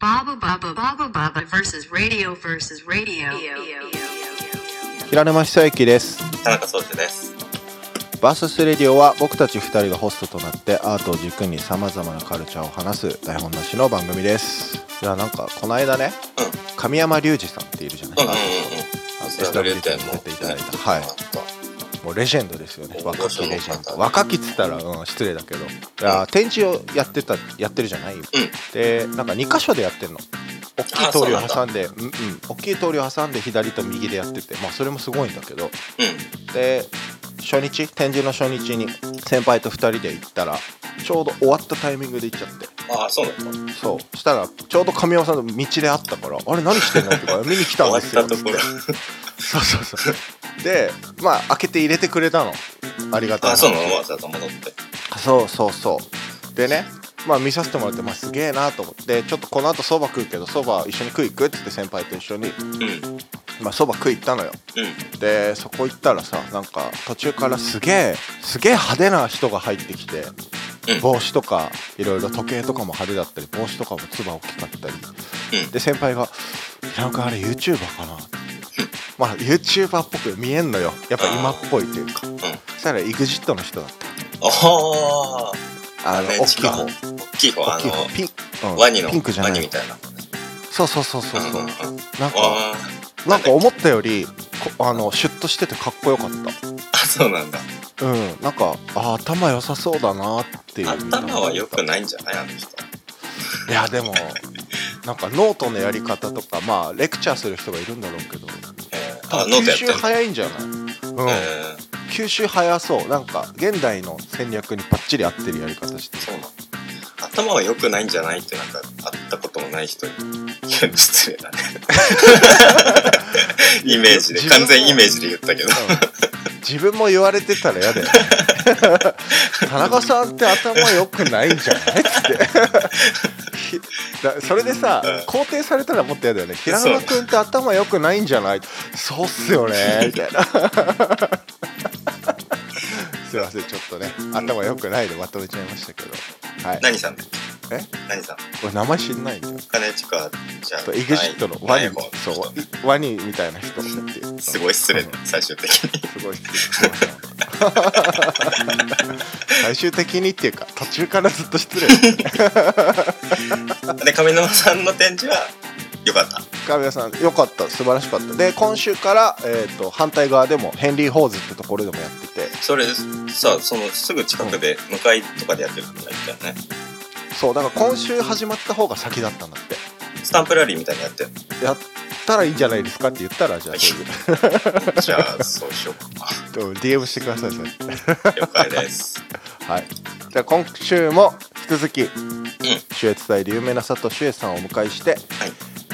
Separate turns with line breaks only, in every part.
Baba Baba Baba Baba versus radio versus radio.
平沼久之です
田中壮志です。
バーススレディオは僕たち2人がホストとなってアートを軸にさまざまなカルチャーを話す台本なしの番組ですいやなんかこの間ね、神山隆二さんっているじゃない
うん
です
うん
か、あ
うん。
の SWT に出ていただいたはいもうレジェンドですよね
大
若
御所
き
の方
レジェンド若きっつったら、うん、失礼だけどいや展示をやってたやってるじゃない、でなんか2箇所でやってんの大きい通りを挟んでうんうん大きい通りを挟んで左と右でやっててまあそれもすごいんだけどで初日展示の初日に先輩と2人で行ったらちょうど終わったタイミングで行っちゃって
うん。ああ、そうなんだ。
そうしたらちょうど神山さんの道で会ったから「あれ何してんの?」とか「 見に来たんです
終わ
よ」った
っ
て
ところ。
そうそうそうでまあ開けて入れてくれたのありがたい
あ
話
あ、そうなのわざわざ戻って。
そうそうそうでねまあ見させてもらって、まあ、すげえなと思ってちょっとこの後そば食うけどそば一緒に食い行くって言って先輩と一緒に
うん。うん。
まあそば食い行ったのよでそこ行ったらさなんか途中からすげえすげえ派手な人が入ってきて
うん
帽子とかいろいろ時計とかも派手だったり帽子とかもつば大きかったり
うん。
で先輩が「平野君あれ YouTuber かな?」まあ YouTuber っぽく見えんのよやっぱ今っぽいというか
うん。
そしたら EXIT の人だっ
ああ。
たあの大きい方
大きい方。
大
あ
きい方
の、
ピン,、うん、
ワニの、
ピンクじゃ
ワ
な
ニみ
い
たいな。
そうそうそうそううんそう
うんうん。
なんか
あ
なんか思ったよりこあのシュッとしててかっこよかった
あ、そうなんだ。
うん、なんかあー頭良さそうだなっていう
頭は良くないんじゃないあの人。
いやでもなんかノートのやり方とかまあレクチャーする人がいるんだろうけど
えー
多
あ、
分
ノートや
吸収
ってる。
早いんじゃない、うん
えー
吸収早そうなんか現代の戦略にバッチリ合ってるやり方してる
そうなの。頭は良くないんじゃないってなんか会ったこともない人 に。いや、失礼だね。イメージで、
自分も
完全イメージで言ったけど。
うん自分も言われてたら嫌 だよね田中さんって頭良くないんじゃないってだそれでさ
うん
肯定されたらもっと嫌だよね平野君って頭良くないんじゃないそうっすよねみたいなすいませんちょっとね頭良くないでまとめちゃいましたけどはい
何さんだっけ
え
何さん
俺名前知んないんだよ
金近じゃあ
そう EXIT のワ
な
ニ
い方の人
そうワニみたいな人っていう
すごい失礼だ最終的に
すごい失礼最終的にっていうか途中からずっと失礼
で上沼さんの展示は良かった
神谷さんよかった素晴らしかったで今週から、えー、と反対側でもヘンリー・ホーズってところでもやってて
それさそのすぐ近くで向かいとかでやってるんだったよね
そうだから今週始まった方が先だったんだっ
スタンプラリーみたいにやってる
てやったらいいんじゃないですかって言ったらじゃあそういう
じゃあそうしようか
うん DM してくださいそれ
了解です
はいじゃあ今週も引き続き
うん
主演隊で有名な佐藤秀恵さんをお迎えして
はい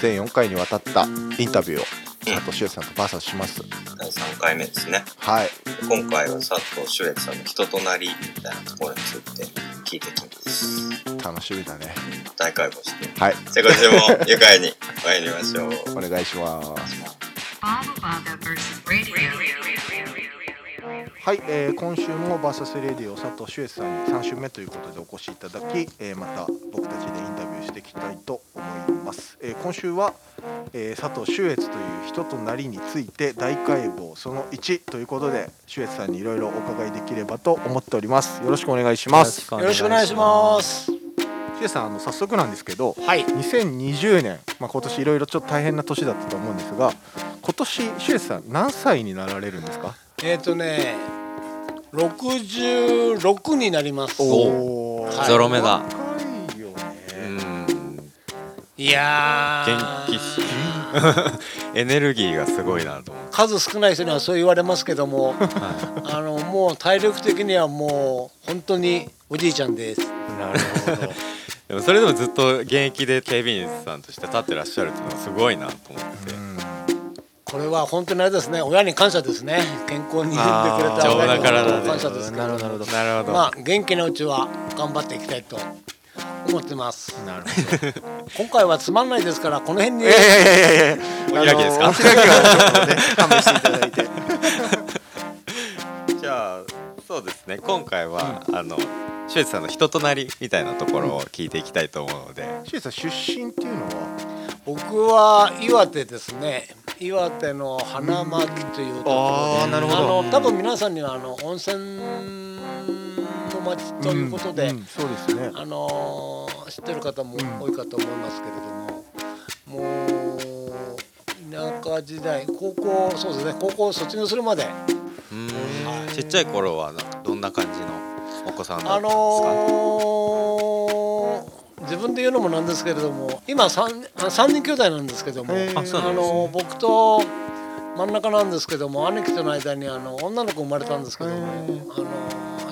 全4回にわたったインタビューを佐藤秀恵さんとバーサスします
第3回目ですね
はい
今回は佐藤秀悦さんの人となりみたいなところについて聞いてきます
楽しみだね
大解剖して
はい
じゃあ今週も愉快に参りましょう
お願いします
Baba Baba versus radio.
はい、えー今週もバーサスレディオ佐藤秀恵さんに3週目ということでお越しいただき、えーまた僕たちでインタビューしていきたいと思います、えー今週は、えー佐藤秀悦という人となりについて大解剖その1ということで秀悦さんにいろいろお伺いできればと思っておりますよろしくお願いします
よろしくお願いします。
秀悦さんあの早速なんですけど
はい。
2020年、まあ、今年いろいろちょっと大変な年だったと思うんですが今年秀悦さん何歳になられるんですか
えっ、とね、六十六になります。
お
はいゾロ
目だ
若いよね。
うん
いやー。
元気っすねエネルギーがすごいなと思って
数少ない人にはそう言われますけども、あのもう体力的にはもう本当におじいちゃんです。
なるほど。
でもそれでもずっと現役で警備員さんとして立ってらっしゃるっていうのはすごいなと思って
これは本当にあれですね、親に感謝ですね。健康に産んでくれ
あー
た親に
丈夫な体
本当
で
に感謝ですけど。
なるほどなるほど
なるほど、
まあ元気なうちは頑張っていきたいと思ってます。
なるほど。
今回はつまんないですからこの辺に。
いやいやいやいや。
お開きですか
あのお 開きはちょっとね勘弁していただいて。
じゃあそ
そうですね今回は、あのシュウジさんの人となりみたいなところを聞いていきたいと思うので、
シュウさん出身っていうのは
僕は岩手ですね岩手の花巻というところで
あーなるほど
あの多分皆さんにはあの温泉の町ということで、
んんそうですね
あのー知ってる方も多いかと思いますけれども、もう田舎時代高校そうですね高校を卒業するまで
うんちっちゃい頃はなんかどんな感じのお子さんだった
あ
んですか、
のー自分で言うのもなんですけれども今 3, あ3人兄弟なんですけども、
へー
あそう
あ
なんですね
のー僕と真ん中なんですけども兄貴との間にあの女の子生まれたんですけども、あのー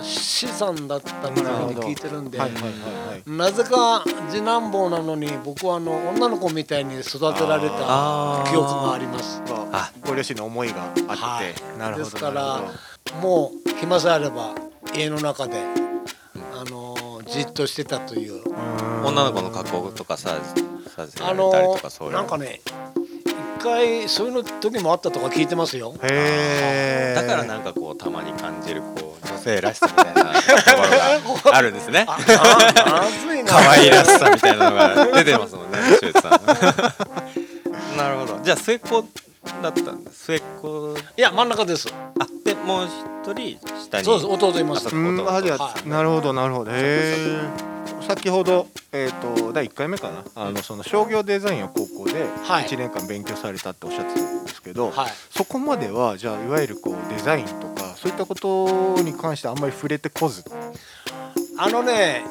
資産だったみたいに聞いてるんで。
はいはいはいはい
なぜか次男坊なのに僕はあの女の子みたいに育てられ
あ
た
ー
記憶があります
あご両親の思いがあって、
はい
なるほど
ですか
なるほ
らもう暇さえあれば家の中で、あのーじっとしてたという
女の子の格好とかささせら
あ
れたり
の
とかそう
ー
いう
なんかね一回そういうの時もあったとか聞いてますよ
どへえ
だからなんかこうたまに感じるこう女性らしさみたいなところがあるんですね
あまずいな
可愛らしさみたいなのが出てますもんねシュウジさんなるほどじゃあ末っ子だったんです末っ子
いや真ん中です
あでもう一人下に
そうです弟いま
あ
す
そ
うんあじゃあ
はい
なるほどなるほどへえ先ほど、えー、と第1回目かなあのその商業デザインを高校で
はい
1年間勉強されたっておっしゃってたんですけど、
はい
そこまではじゃあいわゆるこうデザインとかそういったことに関してあんまり触れてこず、は
あのね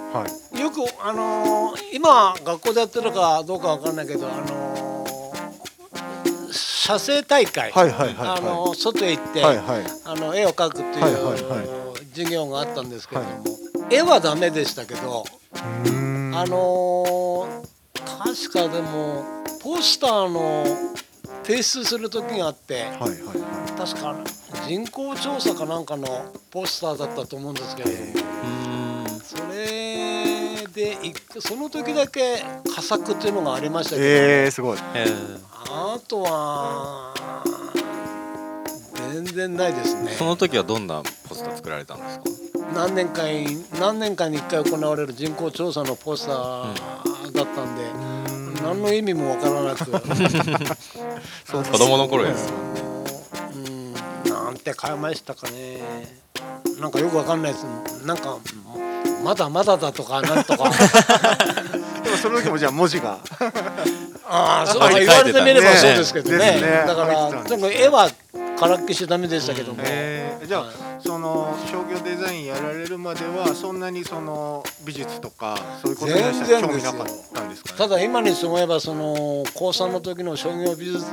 い、
よくあのー今学校でやってるかどうかわかんないけどあのー写生大会、
はいはいはいはい
あのー外へ行って、
はいはい
あの絵を描くっていう、
はいはいは
授業があったんですけれども、絵はダメでしたけど、
うーん
あのー確かでもポスターの提出する時があって
はいはいは
確か人口調査かなんかのポスターだったと思うんですけれども。それで一回その時だけ佳作っていうのがありました
い
けど、
えー、すごい
えー
あとは全然ないですね
その時はどんなポスター作られたんですか
何年かに何年かに1回行われる人口調査のポスターだったんで、何の意味もわからなく
子供の頃です
うんなんて買いましたかねなんかよくわかんないですなんかまだまだだとかなんとか
でもその時もじゃあ文字が
ああ、そう
はい
言われてみれば
ね
そうですけどね。
ですね
だか
入ってたん
ら、で
ですね
も絵はからっきしダメでしたけども。
えー、じゃあその商業デザインやられるまではそんなにその美術とかそういうことに対しては興味なかったんですかね
ただ今に思えばその高3の時の商業美術に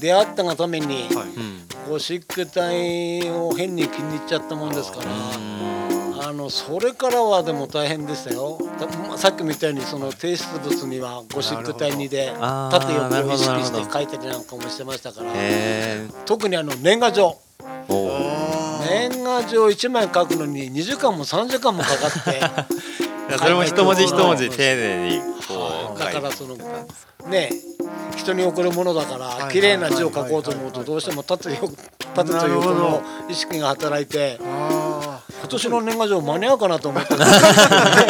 出会ったがために
はい
ゴシック体を変に気に入っちゃったもんですからあのそれからはでも大変でしたよたまあさっきも言ったようにその提出物にはゴシック体にで
あー
縦
なる
横
ほど
を意識し
なる
て
ほ
書いたりなんかもしてましたから
え
特にあの年賀状
ー、おー
年賀状1枚書くのに2時間も3時間もかかっ
いやそれも一文字一文字丁寧にこう
てだから
書い
その
てたんです
ねえ人に送るものだから
い
綺麗な字を書こうと思うとどうしても縦よ縦
な
と横
る
の
ほ
意識が働いて
あ
今年の年賀状間に合うかなと思ったんで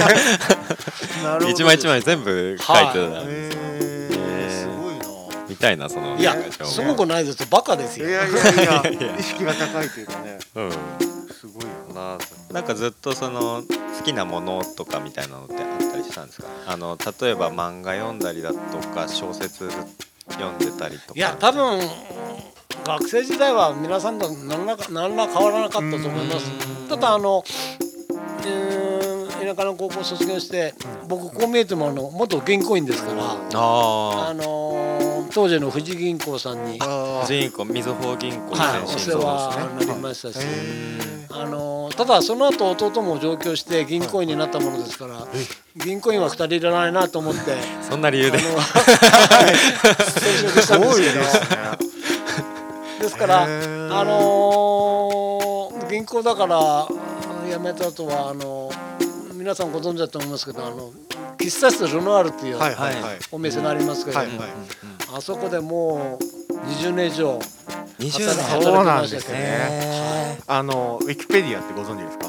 ーなるほど
一枚一枚全部書いてた
え
え
ー、
ー
すごいな
みたいなその
すいや
なんか
すごくないですよバカです
い
よ
やいやいや意識が高いというかね
うん
すごいよ
ななんかずっとその好きなものとかみたいなのってあったりしたんですかあの例えば漫画読んだりだとか小説読んでたりとか
いや多分学生時代は皆さんと何らか何ら変わらなかったと思いますただあのうーん田舎の高校卒業して僕こう見えてもあの元銀行員ですから。あ
あ
のー当時の富士銀行さんに、はい、
あ銀行みずほ銀行の前
お
身そう
世
です
話
ね
になりましたし、
え
あのーただその後弟も上京して銀行員になったものですから、銀行員は2人いらないなと思って
そんな理由で
あの はい転職したんですけどですから、
へー
あのー銀行だからうん辞めた後はあのー皆さんご存知だと思いますけどあの喫茶室ルノアールっていう
はいはいはい
お店がありますけれど
は
も、
いはい
あそこでもう20年以上
20
働
代
き
そうなんで
働き
す
ましたけど
ね
え
あのウィキペディアってご存知ですか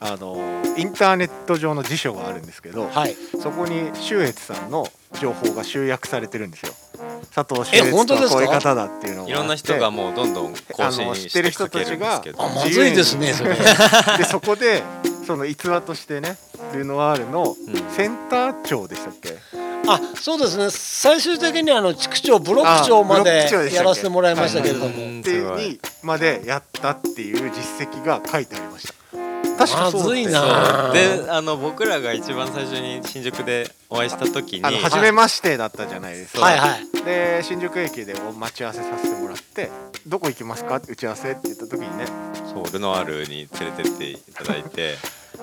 あのインターネット上の辞書があるんですけど、
はい。
そこに秀越さんの情報が集約されてるんですよ佐藤秀
え
越
本当で
の
す
こ
か
ういう方だっていうのがあっ
ー
て
いろんな人がもうどんどん更新して
あの知ってる
か
人た
ける
ち
んです
が
けど
あまずいですねそれ。
でそこでその逸話としてねルノワールのセンター長でしたっけ、
あそうですね最終的にあの地区長ブロック長ま
あブロッ
で
ク長でしたっけ
やらせてもらいましたけれども、
うん
っていうにまでやったっていう実績が書いてありました確かそう
まずい
です
なあ
であの僕らが一番最初に新宿でお会いした時に
あの初めましてだったじゃないですか、
はいはい
で新宿駅でお待ち合わせさせてもらって「どこ行きますか?」って打ち合わせって言った時にね
そうルノアールに連れてっていただいて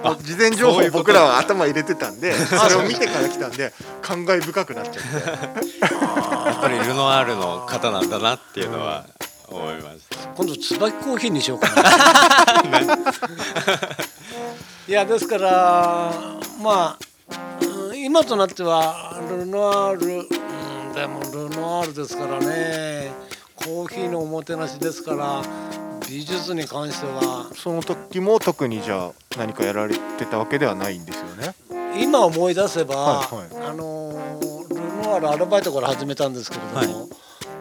もう事前情
そうい
報
うこ
僕
と
らは頭入れてたん でそれを見てから来たんで感慨深くなっちゃって
やっぱりルノアールの方なんだなっていうのは思いました
今度椿コーヒーにしようかないやですからまあうん今となってはルノアールうんでもルノアールですからねコーヒーのおもてなしですから美術に関しては
その時も特にじゃあ何かやられてたわけではないんですよね
今思い出せば、
はい
あのールノアールアルバイトから始めたんですけれども、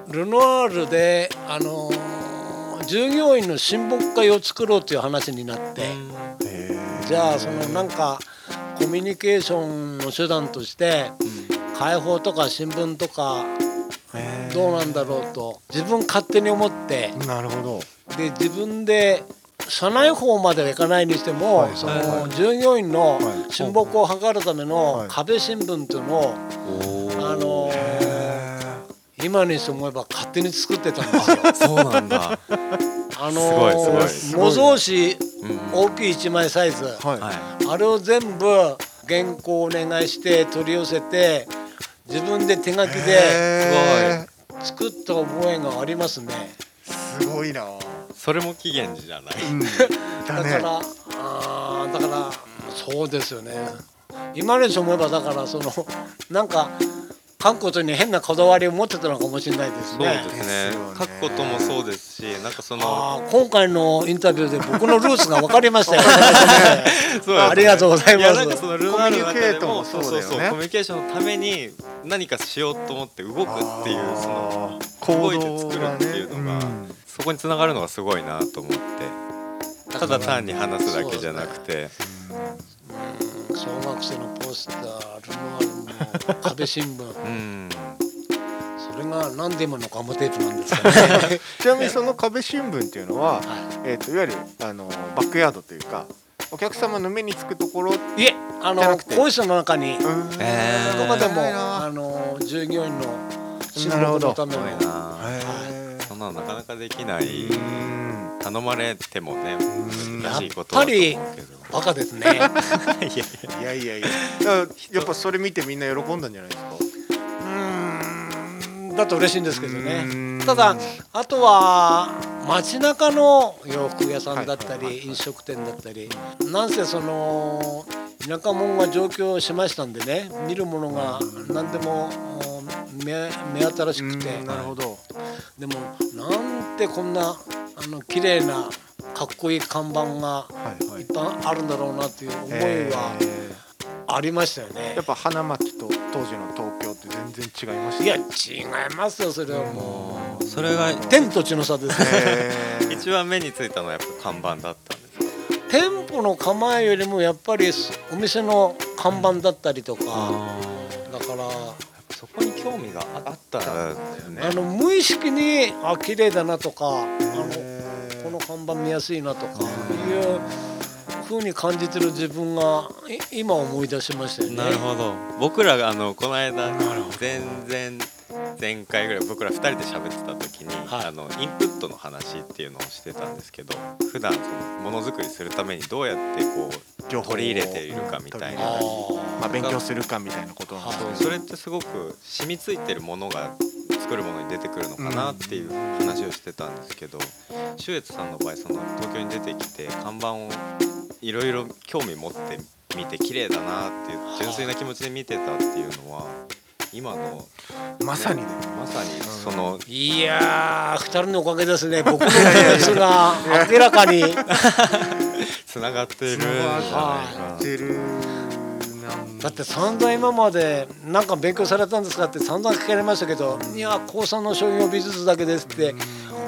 ルノアールであのー従業員の親睦会を作ろうという話になって、じゃあそのなんかコミュニケーションの手段として、開放とか新聞とかどうなんだろうと自分勝手に思って。
なるほど
で自分で社内法まではいかないにしても、その従業員の
はい
親睦を図るため
は
の
い
壁新聞というのを、あのー今にして思えば勝手に作ってたんですよ。
そうなんだ、
あ
すご
の
いす
ー模造紙
うん
大きい1枚サイズ、
はい、
は
あれを全部原稿をお願いして取り寄せて自分で手書きで
へ
作った覚えがありますね。
ーすごいなぁ
い、それも期限じゃない
だ
だ
ね
から、あーだからそうですよね今でし思えばだからそのなんか書くことに変なこだわりを持ってたのかもしれないです
そう
ね
です
で
ね
すよね
書くこともそうですしなんかその
あー今回のインタビューで僕のルーツが分かり ましたよ
そうですね
ありがとうございます
やなんかそのルノアールの中で
コミュニケ
も
ートも
そう
そう
そ
だよ
う
ね
そうコミュニケーションのために何かしようと思って動くっていうその
の
動いて作るっていうのが、そこに繋がるのがすごいなと思ってただ単に話すだけじゃなくて
小学生のポスタールノアールの壁新聞
うん
それがなんで今のガムテープなんですか ね
ちなみにその壁新聞っていうのは、
は
えー、といわゆるあのバックヤードというかお客様の目につくところ
いえあ
じゃな
の
くて
校舎の中に
えー
どこまでも
偉いな
あの従業員の仕
なるほ
事
ど
のため
す
の
ごいな
へ
そんなのなかなかできない
ーうん
頼まれてもね
ん
難しいことだと思うけど
バカですね。
いやいやいやだからやっぱそれ見てみんな喜んだんじゃないですか
うーんだと嬉しいんですけど
うー
ね
ん
ただあとは街中の洋服屋さんだった
はいはい
り飲食店だったりなんせその田舎者が上京しましたんでね見るものが何でももう目目新しくて
うんなるほど
でもなんてこんなあの綺麗なかっこいい看板が
はいはい
っぱいあるんだろうなっていう思い
え
は
ー
ありましたよね
やっ。ぱ花巻と当時の東京って全然違いました
いや違いますよそれはもう。
それが
天と地の差です ね。
えー
一番目についたのはやっぱ看板だったんです
店舗の構えよりもやっぱりお店の看板だったりとか、だから
そこに興味があったんだよね
あの無意識にあ綺麗だなとかあのこの看板見やすいなとかいう風に感じてる自分がい今思い出しましたよね。
なるほど僕らがあのこの間全然前回ぐらい僕ら2人で喋ってた時に、
はい
あのインプットの話っていうのをしてたんですけど普段そのものづくりするためにどうやってこ
情
う
報を
取り入れているかみたいな
あ
まあ勉強するかみたいなことなんです
そうそれってすごく染みついてるものが作るものに出てくるのかなっていう話をしてたんですけど秀越さんの場合その東京に出てきて看板をいろいろ興味持って見て綺麗だなっていう純粋な気持ちで見てたっていうのは
今の
まさにね
まさにその
いやー、二人のおかげですね。僕の気持ちが明らかに。
つながってるんじ
は
ゃないか
てるなん
だって散々今までなんか勉強されたんですかって散々聞かれましたけど「いや高3の商業美術だけです」って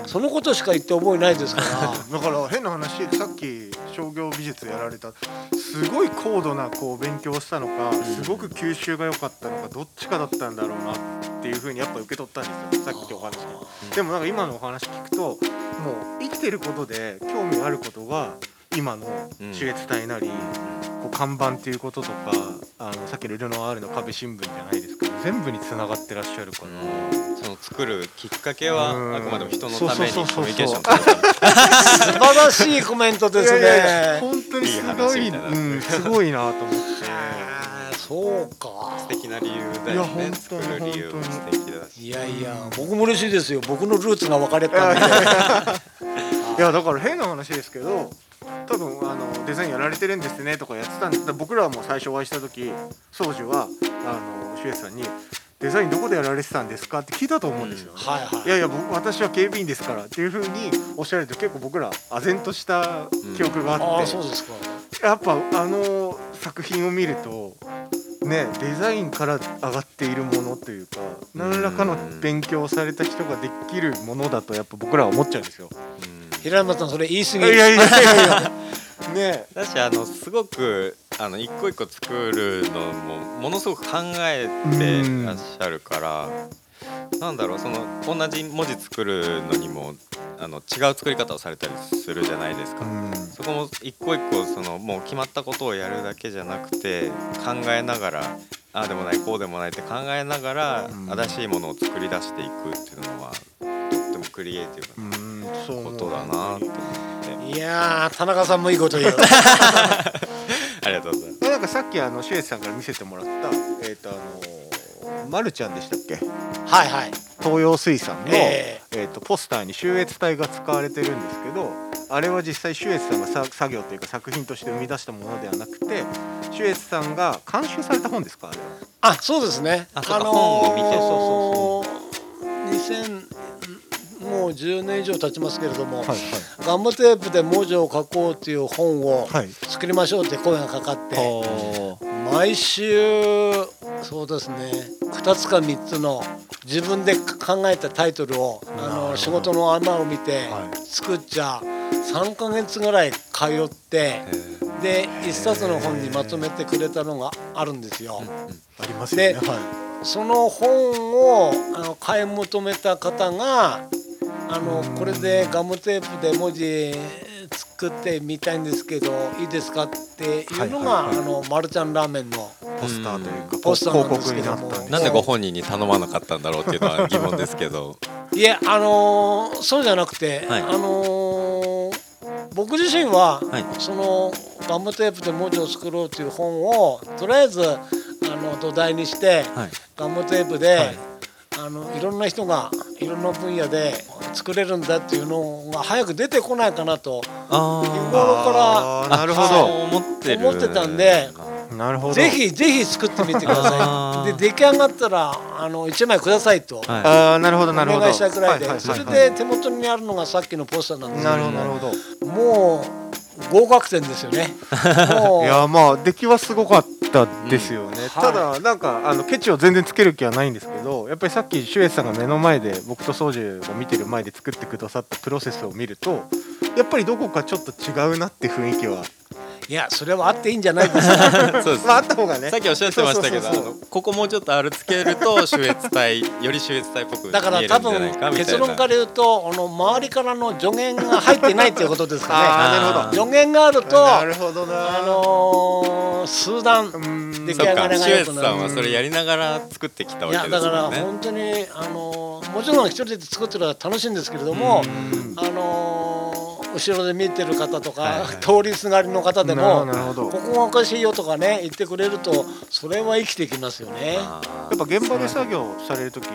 そのことしか言って覚えないですから
だから変な話さっき商業美術やられたすごい高度なこう勉強をしたのかすごく吸収が良かったのかどっちかだったんだろうなっていうふうにやっぱ受け取ったんですよさっきお話聞いてでもなんか今のお話聞くともう生きてることで興味があることが今の
うん
手越体なり、こう看板っていうこととかあのさっきのルノアールの壁新聞じゃないですけど全部に繋がってらっしゃるか
う
ら。
んその作るきっかけはあくまでも人のために
そうそうそうそう
コミュニケーションを取るため
素晴らしいコメントです
いやいや
ね。
本当にすごい
いい話みたいな
うん、すごいなと思って。
あーそうか
素敵な理由だ
いや
よ
本
ね
当
作
に
る理由も素敵だし
いやいや僕も嬉しいですよ僕のルーツが分かれたんで
いやだから変な話ですけど多分あのデザインやられてるんですねとかやってたんですだから僕らはもう最初お会いした時宗樹はあのシュエさんに「デザインどこでやられてたんですか?」って聞いたと思うんですよ、ね
はいはい
いやいや僕私は警備員ですからっていうふうにおっしゃると結構僕ら唖然とした記憶が
あ
あ
あ
って、
そうですか
やっぱあの作品を見るとねデザインから上がっているものというか何らかの勉強をされた人ができるものだとやっぱ僕らは思っちゃうんですよ。
平山さんそれ言い過
い
ぎ
やいやいやいやね
だしあのすごくあの一個一個作るのもものすごく考えてらっしゃるからなんだろうその同じ文字作るのにもあの違う作り方をされたりするじゃないですか。そこも一個一個そのもう決まったことをやるだけじゃなくて考えながらああでもないこうでもないって考えながら新しいものを作り出していくっていうのはとってもクリエイティブ
うんそう
な
思
こ
う
とだなって思って
いやー田中さんもいいこと言 う
ありがとうございます。
なんかさっきあのシュエイさんから見せてもらったえっ、とあのまるちゃんでしたっけ
はいはい
東洋水産の、
え
えーとポスターに秀越体が使われてるんですけどあれは実際秀越さんがさ作業というか作品として生み出したものではなくて秀越さんが監修された本ですかあれは
あそうですね
あそうか本を見て
そうそうそう2000もう10年以上経ちますけれども、
はい
ガムテープで文字を書こうという本を
はい
作りましょうって声がかかって、
は
毎週そうですね2つか3つの自分で考えたタイトルをあ
なるほ
の
ど
仕事の合間を見て
は
作っちゃ3ヶ月ぐらい通ってで1冊の本にまとめてくれたのがあるんですよ。
ありますよね
で
は
その本をあの買い求めた方があのこれでガムテープで文字作ってみたいんですけどいいですかっていうのが、
はいはいはい
あのまるちゃんラーメンの
いポスターというか
ポスター
広
なんです
告
け
に
ど
な
も
ったんで
なんでご本人に頼まなかったんだろうっていうのは疑問ですけど。
いやあのーそうじゃなくて、
はい
あのー僕自身は、
はい
そのガムテープで文字を作ろうという本をとりあえずあの土台にして、
はい
ガムテープで、い、あのいろんな人がいろんな分野で作れるんだっていうのが早く出てこないかなと日頃か
あーなるほ
あ
ど
そう思ってる
思ってたんで
なるほど
らぜひぜひ作ってみてくださ
あ
い
ー
で出来上がったらあの1枚くださいと。
はい
ああなるほど
お
なるほど
願いしたくらいで、
ははは
それで手元にあるのがさっきのポスターなんです
な
け
る
ど
ほどなるほど
もう合格点ですよ ね。も
いうやまあ出来はすごかったですよね、ただなんかあのケチを全然つける気はないんですけどやっぱりさっきシュエイさんが目の前で僕と宗樹が見てる前で作ってくださったプロセスを見るとやっぱりどこかちょっと違うなって雰囲気はい
やそれはあっていいんじゃないですか。
そうです
まああった方がね
さっきおっしゃってましたけど、
そ
あ
うそうそうそう
のここもうちょっとあるつけると秀越体より秀越体っぽく見えるんじ
だ
ゃ
から
ない
多
かみたいな。
分結論から言うとあの周りからの助言が入ってないっていうことですか
あーなる
ね。
ほ
ー
ど
助言があると
な
あ
るほどな
のー、数段
うーん
出来
そ
上
っ
が
か
りが
秀
良
越
く
さん
な
は
る。
それやりながら作ってきた
い
わ
や
けで
だ
す
から
もんね。
本当にあのーもちろん一人で作ってるのは楽しいんですけれども、あのー後ろで見てる方とか、
はいはい
通りすがりの方でも
なるほどなるほど
ここがおかしいよとかね言ってくれるとそれは生きてきますよね。
あ
やっぱ現場で作業される時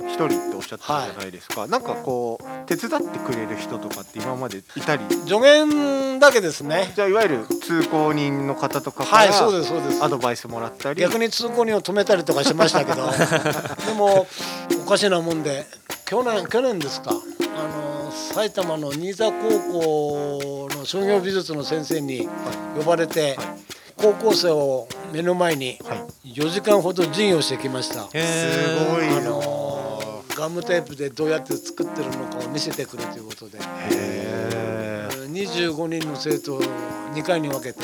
一人っておっしゃってたじゃないですか、なんかこう手伝ってくれる人とかって今までいたり
助言だけですね
じゃあいわゆる通行人の方とかか
はい
ら
そうですそうです
アドバイスもらったり
逆に通行人を止めたりとかしましたけどでもおかしなもんで去年去年ですかあの埼玉の新座高校の商業美術の先生に呼ばれて、高校生を目の前に4時間ほど授業してきました。
すごいな
あのガムテープでどうやって作ってるのかを見せてくれということで
へ
25人の生徒を2回に分けて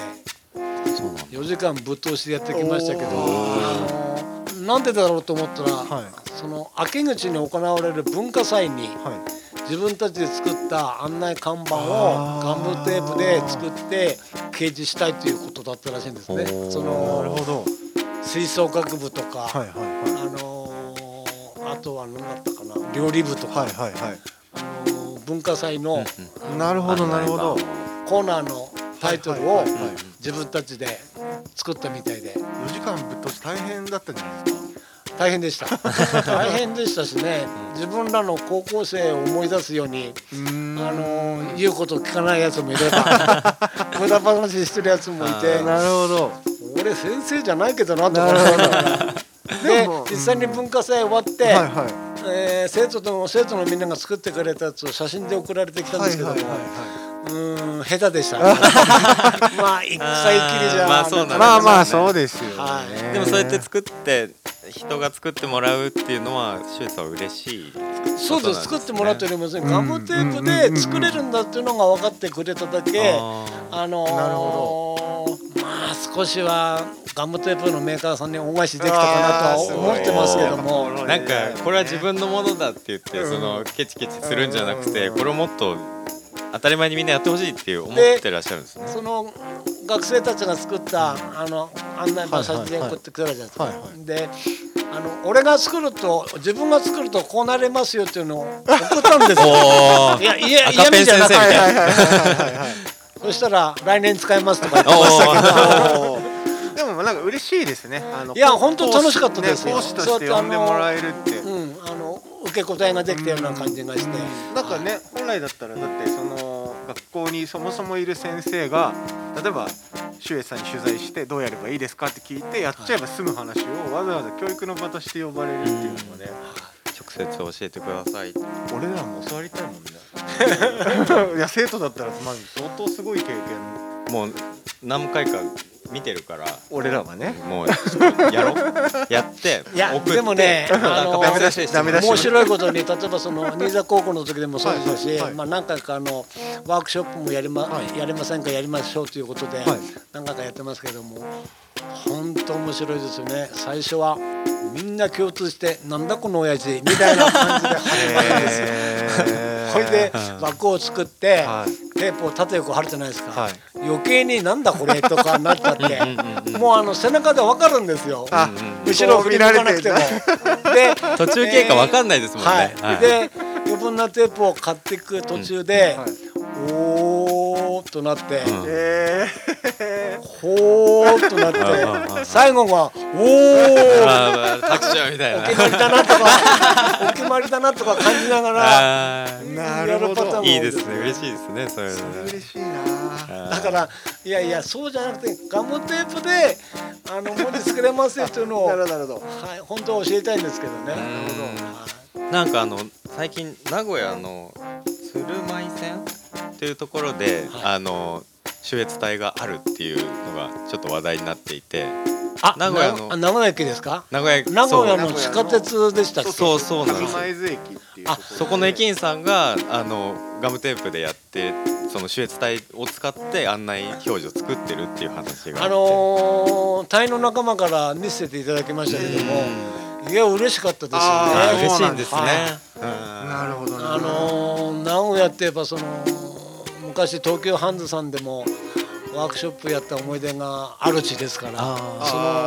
そうなんだ
4時間ぶっ通してやってきましたけどあのなんでだろうと思ったら、
はい
その秋口に行われる文化祭
ー
に
はい
自分たちで作った案内看板をガムテープで作って掲示したいということだったらしいんですね。そ
なる
の
ほど
吹奏楽部とか、
はいはいはい
あのーあとは何だったかな料理部とか、
はいはいは
あのー文化祭の
いなるほどなるほど
コーナーのタイトルを
はいはいはいはい
自分たちで作ったみたいで
4時間ぶっ通し大変だったんじゃないですか
大変でした 大変でしたしね自分らの高校生を思い出すように
うー
あ
ん
のー言うことを聞かないやつもい れば無駄話してるやつもいて
なるほど
俺先生じゃないけどなと思 って。で
でも
実際に文化祭終わって、
はいはい
えー生徒と生徒のみんなが作ってくれたやつを写真で送られてきたんですけども、うーん下手で した、ね、まあ一回きりじゃ
あーまあそうなんだ
まあまあそうですよね、
は
でもそうやって作って人が作ってもらうっていうのは周さんは嬉しい
そうです
そうなんですね
作ってもらっておりませんガムテープで作れるんだっていうのが分かってくれただけ
あー
あのー
なる
まあ少しはガムテープのメーカーさんに恩返しできたかなとは思ってますけども
なんかこれは自分のものだって言ってそのケチケチするんじゃなくてこれをもっと当たり前にみんなやってほしいっていう思ってらっしゃるんですね
その学生たちが作ったあの案内板
はいはい
写真送ってくれるじゃないですか。
はいは
であの俺が作ると自分が作るとこうなれますよっていうのを送ったんですよ。
おー
いやいや
赤
嫌
ペ
味
ン
じゃ
先
な
生
く
み
て
たいな
そしたら来年使えますとか言って
お
ましたけど。
ー
でもなんか嬉しいですねあの
いや本当楽しかったですよ
ね講師として呼んでもらえるって
うん、あの受け答えができたような感じがして、
なんかね本来だったらだってその学校にそもそもいる先生が例えば秀英さんに取材してどうやればいいですかって聞いてやっちゃえば済む話をわざわざ教育の場として呼ばれるっていうのもね
直接教えてくださいって
俺らも教わりたいもんねいや生徒だったらまあ相当すごい経験
もう何回か見てるから
俺らはね
もう やろうやって
いや
送って
でもねあの
赤ペン先生
ダメ出し
面白いことに例えば その新座高校の時でもそうですし、
はいはいはい
まあ、何回かあのワークショップもやり,、まやりませんかやりましょうということで、
はい
何回かやってますけども本当面白いですよね最初はみんな共通して「なんだこの親父みたいな感じで始まるんですよ。これで枠を作って、
は
テープを縦横貼るじゃないですか、
はい
余計になんだこれとかなっちゃってもうあの背中でわかるんですよ
あ
後ろを振り向かなくても
見ら
で
途中経過わかんないですもんね
はい、
はい
で余分なテープを買っていく途中で、おーっとなって、
え
ほーっとなって最後はおー
あーまあ拍手みたい
お
な
決まりだなとかお決まりだなとか感じながら
あ
ー、
ー
なるほ
やるパター
ど
ン
いいですね嬉しいですねそういうのね
嬉しいな
だからいやいやそうじゃなくてガムテープであの文字作れますよっていうの を
なるほど
はい本当は教えたいんですけどね。はい
なんかあの最近名古屋の鶴舞線っていうところで、あの集越隊があるっていうのがちょっと話題になっていて
あ
名古屋の
なあ名古屋駅ですか？
名古屋
名古屋
そう
の地下鉄でしたっけ？
そうそうなんですよ
高前津駅っていうと
あそこの駅員さんがあのガムテープでやってその集越隊を使って案内表示を作ってるっていう話があって
あのー、隊の仲間から見せていただきましたけども、いや嬉しかったです
あ
よ
ー
ね。
嬉しいんですね、
は
なるほどな
あ
るほど
のー、名古屋って言えばその昔東急ハンズさんでもワークショップやった思い出がある地ですからそ
あ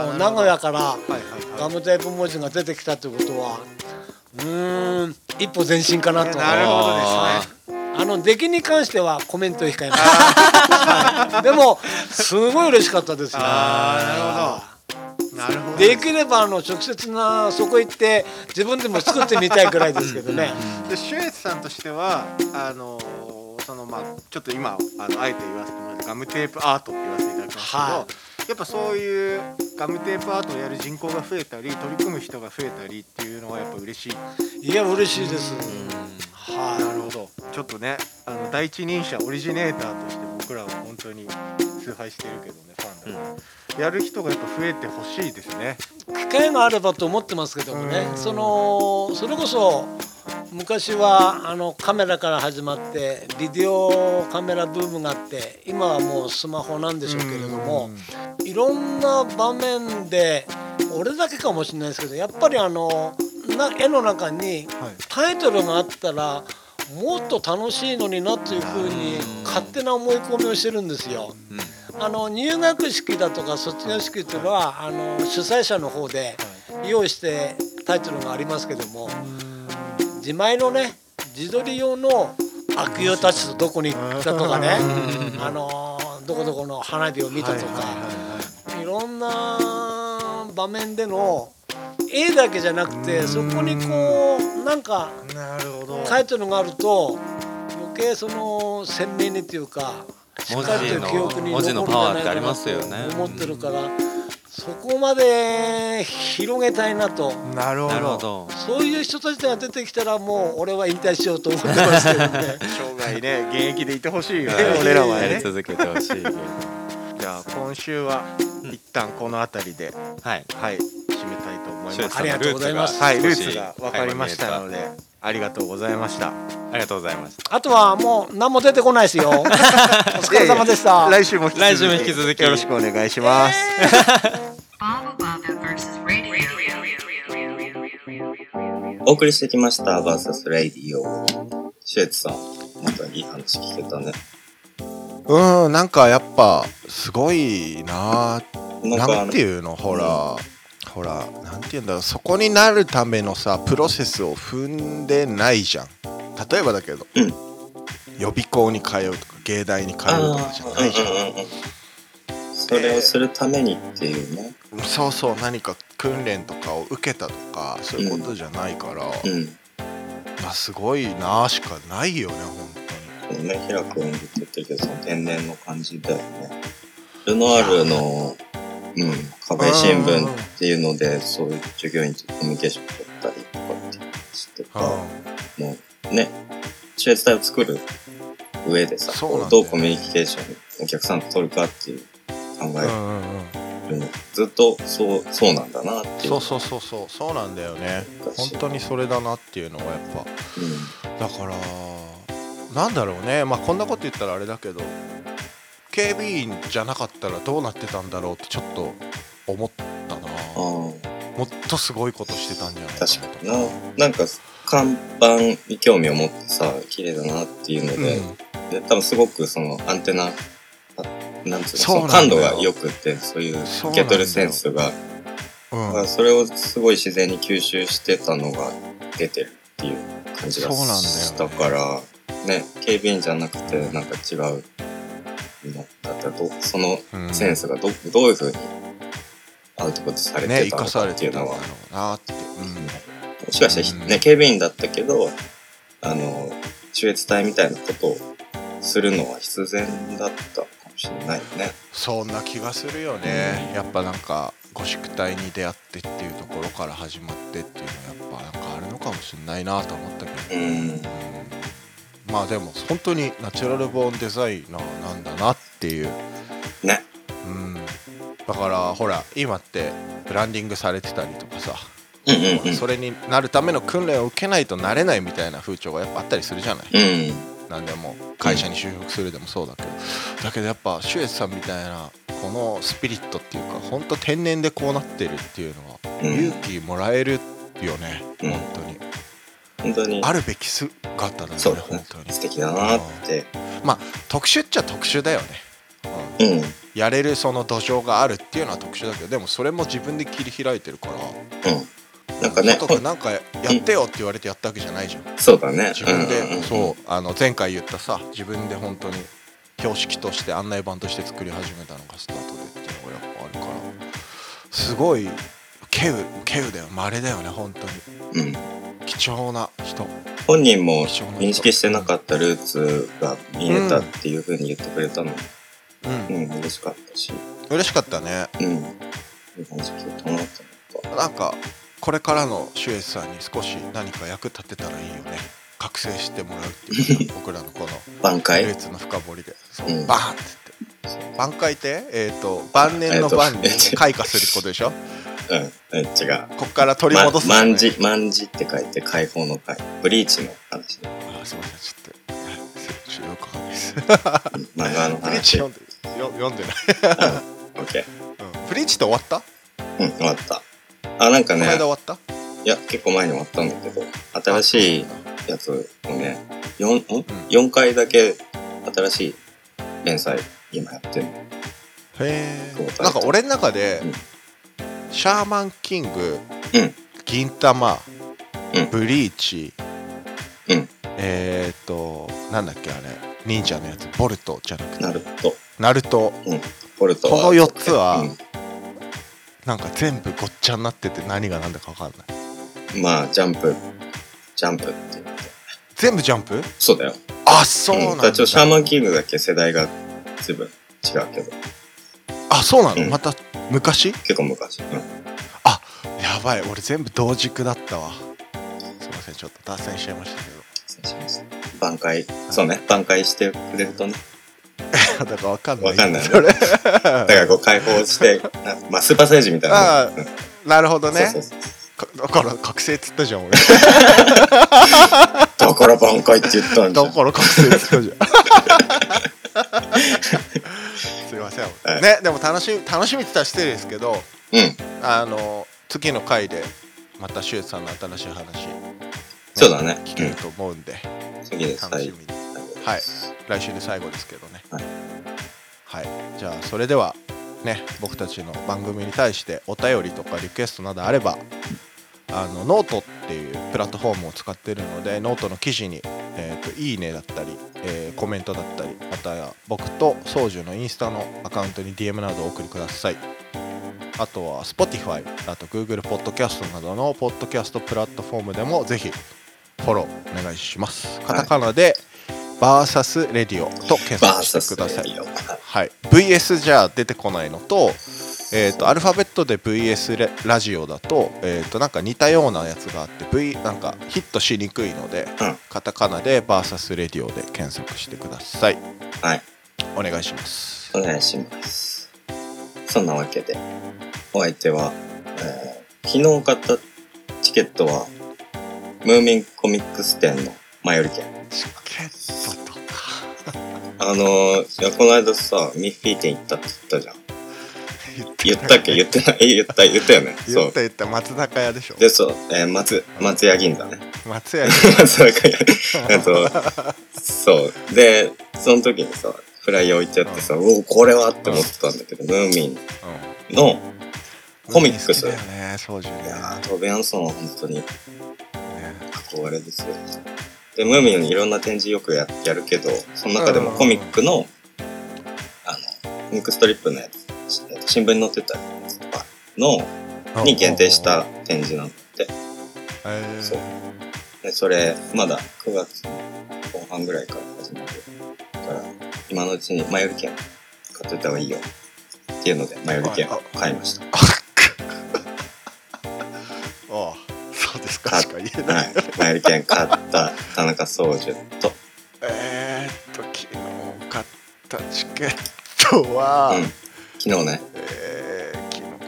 の
ー
名古屋から
はいはい
ガムテープ文字が出てきたということはうーん一歩前進かなと。
なるほど
あ
ですね
あの出来に関してはコメントを控えます、はいでもすごい嬉しかったですよ
あーなるほどな
そ
るほど
できればあの直接なそこ行って自分でも作ってみたいぐらいですけどね。
でシュエツさんとしてはあのーそのまあちょっと今あのあえて言わせてもらってガムテープアートって言わせていただきますけど、
は
やっぱそういうガムテープアートをやる人口が増えたり取り組む人が増えたりっていうのはやっぱ嬉しい
いや嬉しいです。はい、なるほど。
ちょっとねあの第一人者オリジネーターとして僕らは本当に崇拝してるけどねファンだから、やる人がやっぱ増えてほしいですね
機会があればと思ってますけどもね。そのそれこそ昔はあのカメラから始まってビデオカメラブームがあって今はもうスマホなんでしょうけれどもいろんな場面で俺だけかもしれないですけどやっぱりあのな絵の中に
はい
タイトルがあったらもっと楽しいのになというふうに勝手な思い込みをしてるんですよ。あの入学式だとか卒業式っていうのはあの主催者の方で用意してタイトルがありますけども自前のね自撮り用の悪用たちとどこに行ったとかねあのどこどこの花火を見たとか。いろんな場面での絵だけじゃなくてそこにこうなんか
なるほど
タイトルがあると余計その鮮明にというかしっ
文
かり
字
と記憶に
の
残るん
文字
じゃ
の
ない
パワーって
か
あり
な
ますよね
と思ってるからそこまで広げたいなと
なるほど
なるほど
そういう人たちが出てきたらもう俺は引退しようと思ってますけどね。
生涯 ね現役でいてほしいよね
はい
俺らは
や
ね
り続けてほしいけど
じゃあ今週は一旦この辺りで、
はい
はい締めたいと思い
シュ
ま
ウ
す
さんのルー
ありがとうご
ツ
ざいます
はいル
少
ー
し
ツが分かりましたのでありがとうございました
ありがとうございました
あとはもう何も出てこないで すよ。お疲れ様でした。
来週も引き続き
来週も引き続き
よろしくお願いします、
Baba Baba versus Radio.
お送りしてきました、バーサスレイディオ。シュエツさん、またいい話聞けたね。
うんなんかやっぱすごいな
なんか
な
あ
ん
の
て、いうのほら、ほらなんていうんだろうそこになるためのさプロセスを踏んでないじゃん例えばだけど、
うん
予備校に通うとか芸大に通うとかじゃ
うん
ないじゃん、
うんうんうん。それをするためにっていうね。
そうそう何か訓練とかを受けたとかそういうことじゃないから、
うん。
まあすごいなーしかないよね本
このね、ひらくん言ってたけど、その天然の感じだよね。ルノアールの、うん、壁新聞っていうので、そういう従業員とコミュニケーション取ったりとかってしてた
当に、うん
もうね、シュエツ体を作る上でさ、
そうなんだよ
どうコミュニケーション、お客さんと取るかっていう考え
うんうんうん
うんずっとそうそうなんだなっていう
そうそうそうそうそうなんだよね本当にそれだなっていうのはやっぱだからなんだろうねまあこんなこと言ったらあれだけど警備員じゃなかったらどうなってたんだろうってちょっと思ったな
うん、あ
もっとすごいことしてたんじゃない
あ
かな
確かにななんか看板に興味を持ってさ綺麗だなっていうの
う
で,、
ん
で多分すごくそのアンテナあなんつうの
そう
そ
なん
の
だよ
感度が良くってそういう
そう
受
なんだ
け取る
よ
センスが
うん
だからそれをすごい自然に吸収してたのが出てるっていう感じが
そうなんだよね
したからね警備員じゃなくてなんか違うのだったらどその
うん
センスがどどういうふうにアウトプットされ
ね
て
生
たの
かさ
か
れ
ってい
て
う
たん
の
だ
は、
ろうなって
もしかした
う
ら、
ん
ね、警備員だったけどあの中越隊みたいなことをするのは必然だったかもしれないよね。
そんな気がするよねやっぱなんかご宿隊に出会ってっていうところから始まってっていうのはやっぱなんかあるのかもしれないなと思ったけど
うん
まあでも本当にナチュラルボーンデザイナーなんだなっていう、
ね
うん、だからほら今ってブランディングされてたりとかさ、
うんうんうん
それになるための訓練を受けないとなれないみたいな風潮がやっぱあったりするじゃない
うん
何でも会社に就職するでもそうだけどだけどやっぱシュエツさんみたいなこのスピリットっていうか本当天然でこうなってるっていうのは
うん
勇気もらえるよね、
うん
本当に
本当に
あるべき姿だ
そ
よ
う
ね
だ
本
ね
当に
素敵だなって
まあ特殊っちゃ特殊だよね、うん
うん
やれるその土壌があるっていうのは特殊だけどでもそれも自分で切り開いてるから
うん。なんかね、
外からなんかやってよって言われてやったわけじゃないじゃん
そうだね。
自分
うんうんう
で
ん
そうあの前回言ったさ自分で本当に標識として案内板として作り始めたのがスタートでっていうのがやっぱあるからすごい稀有稀有だよ稀だよね本当
う
に
ん。
貴重な人
本人も認識してなかったルーツが見えたっていうふうに言ってくれたの、
う
うんん、嬉しかったし、
嬉しかったね
うん。いい話聞いたなと思った。
なんかこれからのシュエイさんに少し何か役立てたらいいよね覚醒してもらうって いうか僕らのこの
挽
ル
回
ーツの深掘りで、そう
うん
バーンって言って挽回ってえっ、と晩年の晩に
えーと
開花 することでしょ
うん。え違う。
こっから取り
ま
戻、す、
万事、万事って書いて解放の解。ブリーチの話ね。
あすいませんちょっとはいちょっとよく わかんないです
うん漫画の
ブリー
話。
チ
うん。オ
読んでよ読んでない、
ッケ
うん、ブリーチって終わった、
ー。うん、終わった。あ、なんか
この間
ね
終、わった
いや、結構前に終わったんだけど、新しいやつをね、4、ん
ん
?4 回だけ新しい連載今やってるの。
へ
そう
えなんか俺の中で、
うん
シャーマンキング、
うん
銀玉、
うん
ブリーチ、
うん
えっ、ー、となんだっけあれ忍者のやつボルトじゃなくて
なるほど。
ナルト
ポルト
この4つは
うん
なんか全部ごっちゃになってて何が何だか分かんない
まあ、ジャンプ、ジャンプって言って。
全部ジャンプ
そうだよ。
あそうなん
ん、だか
だ、
らちょっとシャーマンキングだけ世代がずいぶん違うけど、
あそうなの、
うん
また昔
結構昔。うん
やばい俺全部同軸だったわすいませんちょっと脱線しちゃいましたけど
失礼しました。挽回、そうね、挽回してくれるとね、
だからわかんない
わかんない
それ
だからこう解放して、なまあ、スーパーサイジみたいな。
ああなるほどね
そうそうそう
かだから覚醒っつったじゃん俺
だから挽回って言ったんじゃ
だ
ん。
から 覚醒っつったじゃんすいません、
はい
ねでも楽しみ楽しみって言ったら失礼ですけど
うん、
あの次の回でまたシュウさんの新しい話
そうだね。
聞けると思うんで、
次です。
楽
は
し
い
み。に、はい来週で最後ですけどね
はい
はいじゃあそれではね僕たちの番組に対してお便りとかリクエストなどあればあのノートっていうプラットフォームを使っているのでノートの記事に、えーといいねだったり、えーコメントだったりまたは僕と宗樹のインスタのアカウントに DM などをお送りくださいあとは Spotify あと Google ポッドキャストなどのポッドキャストプラットフォームでもぜひフォローお願いしますカタカナで、バーサスレディオと検
バーサ
索して
ス
ください
レディオ
はい、VS じゃ出てこないのと,、えー、とアルファベットで VS レラジオだと,、えー、となんか似たようなやつがあって、v、なんかヒットしにくいので、
うん
カタカナで VS レディオで検索してください
はい。
お願いします
お願いします。そんなわけで、お相手は、えー昨日買ったチケットは、ムーミンコミックス店の前売り券。
チケットとか
あのー、いやこの間さ、ミッフィー店行ったって言った じゃん。言ったっけ言ってない言った、言ったよね。そ
言っ
う
た。言った松坂屋でしょ
で、そう、えー松、松屋銀座ね。
松屋に
松坂屋。えっと、そう。で、その時にさ、フライ置いてあってさ、うお、これはって思ってたんだけど、ムーミンの、
うん
コミックス
好きだよねそうじゃね
いやー、トーベ・アンソンは本当に憧れですよ。で、ムーミンいろんな展示よくややるけど、その中でもコミックの、あの、コミックストリップのやつ、し新聞に載ってたやつとかの、
ね
に限定した展示なんで、
えー
そうでそれ、まだ9月の後半ぐらいから始まるから、今のうちに前売り券買っといた方がいいよ。っていうので、前売り券を買いました。
ああそうですかしか言えない
はい。前売り券買った田中宗樹と、
えー、っと昨日買ったチケットは、
うん昨日ね、
えー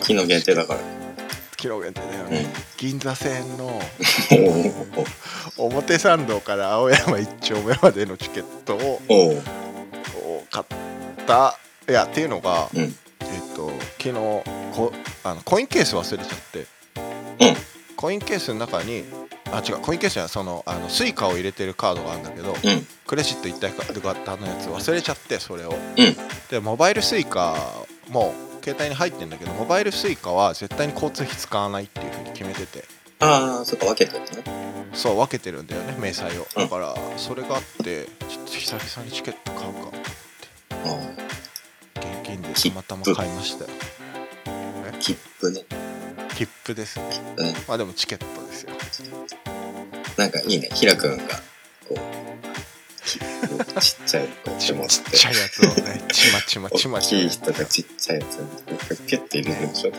昨日買った
昨日限定だから。
昨日限定だよ
うん
ね、銀座線の
おー
表参道から青山一丁目までのチケットを
おー
を買ったいやっていうのが、
うん
えっと昨日こあのコインケース忘れちゃって、
うん
コインケースの中にあ違うコインケースじゃないそのあのスイカを入れてるカードがあるんだけど、
うん
クレジット一体型のやつ忘れちゃってそれを、
ん
でモバイルスイカも携帯に入ってるんだけどモバイルスイカは絶対に交通費使わないっていうふうに決めてて
ああ、そっか、分けてるね。
そう分けてるんだよね明細を
うん
だからそれがあってちょっと久々にチケット買うか
あ
現金でたまたま買いましたよ。え
切符ね。
切符ですね
うん
まあでもチケットですよ
なんかいいね、ひらくんが、こう、ちっちゃい、こう、ち持っ
ち
て
っ、ちゃいやつを ねちまちまちま
大
ち
きい
ま
人がちっちゃいやつをピュッて入れるんでしょ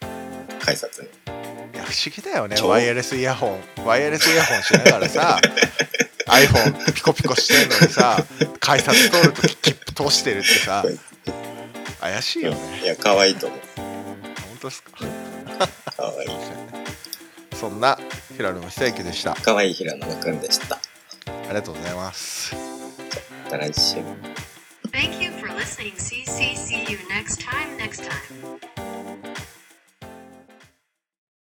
あの改札に。
いや不思議だよね
超
ワイヤレスイヤホンワイヤレスイヤホンしなが らさ iPhone ピコピコしてんのにさ改札通るとき切符通してるってさ怪しいよね
いや、可愛いと思う。
本当ですか
可愛い。
そんな平野久之でしたあ
可愛い平野くんでした。
りがとうございます
また来週。
Thank you for listening. CCC you next time, next time.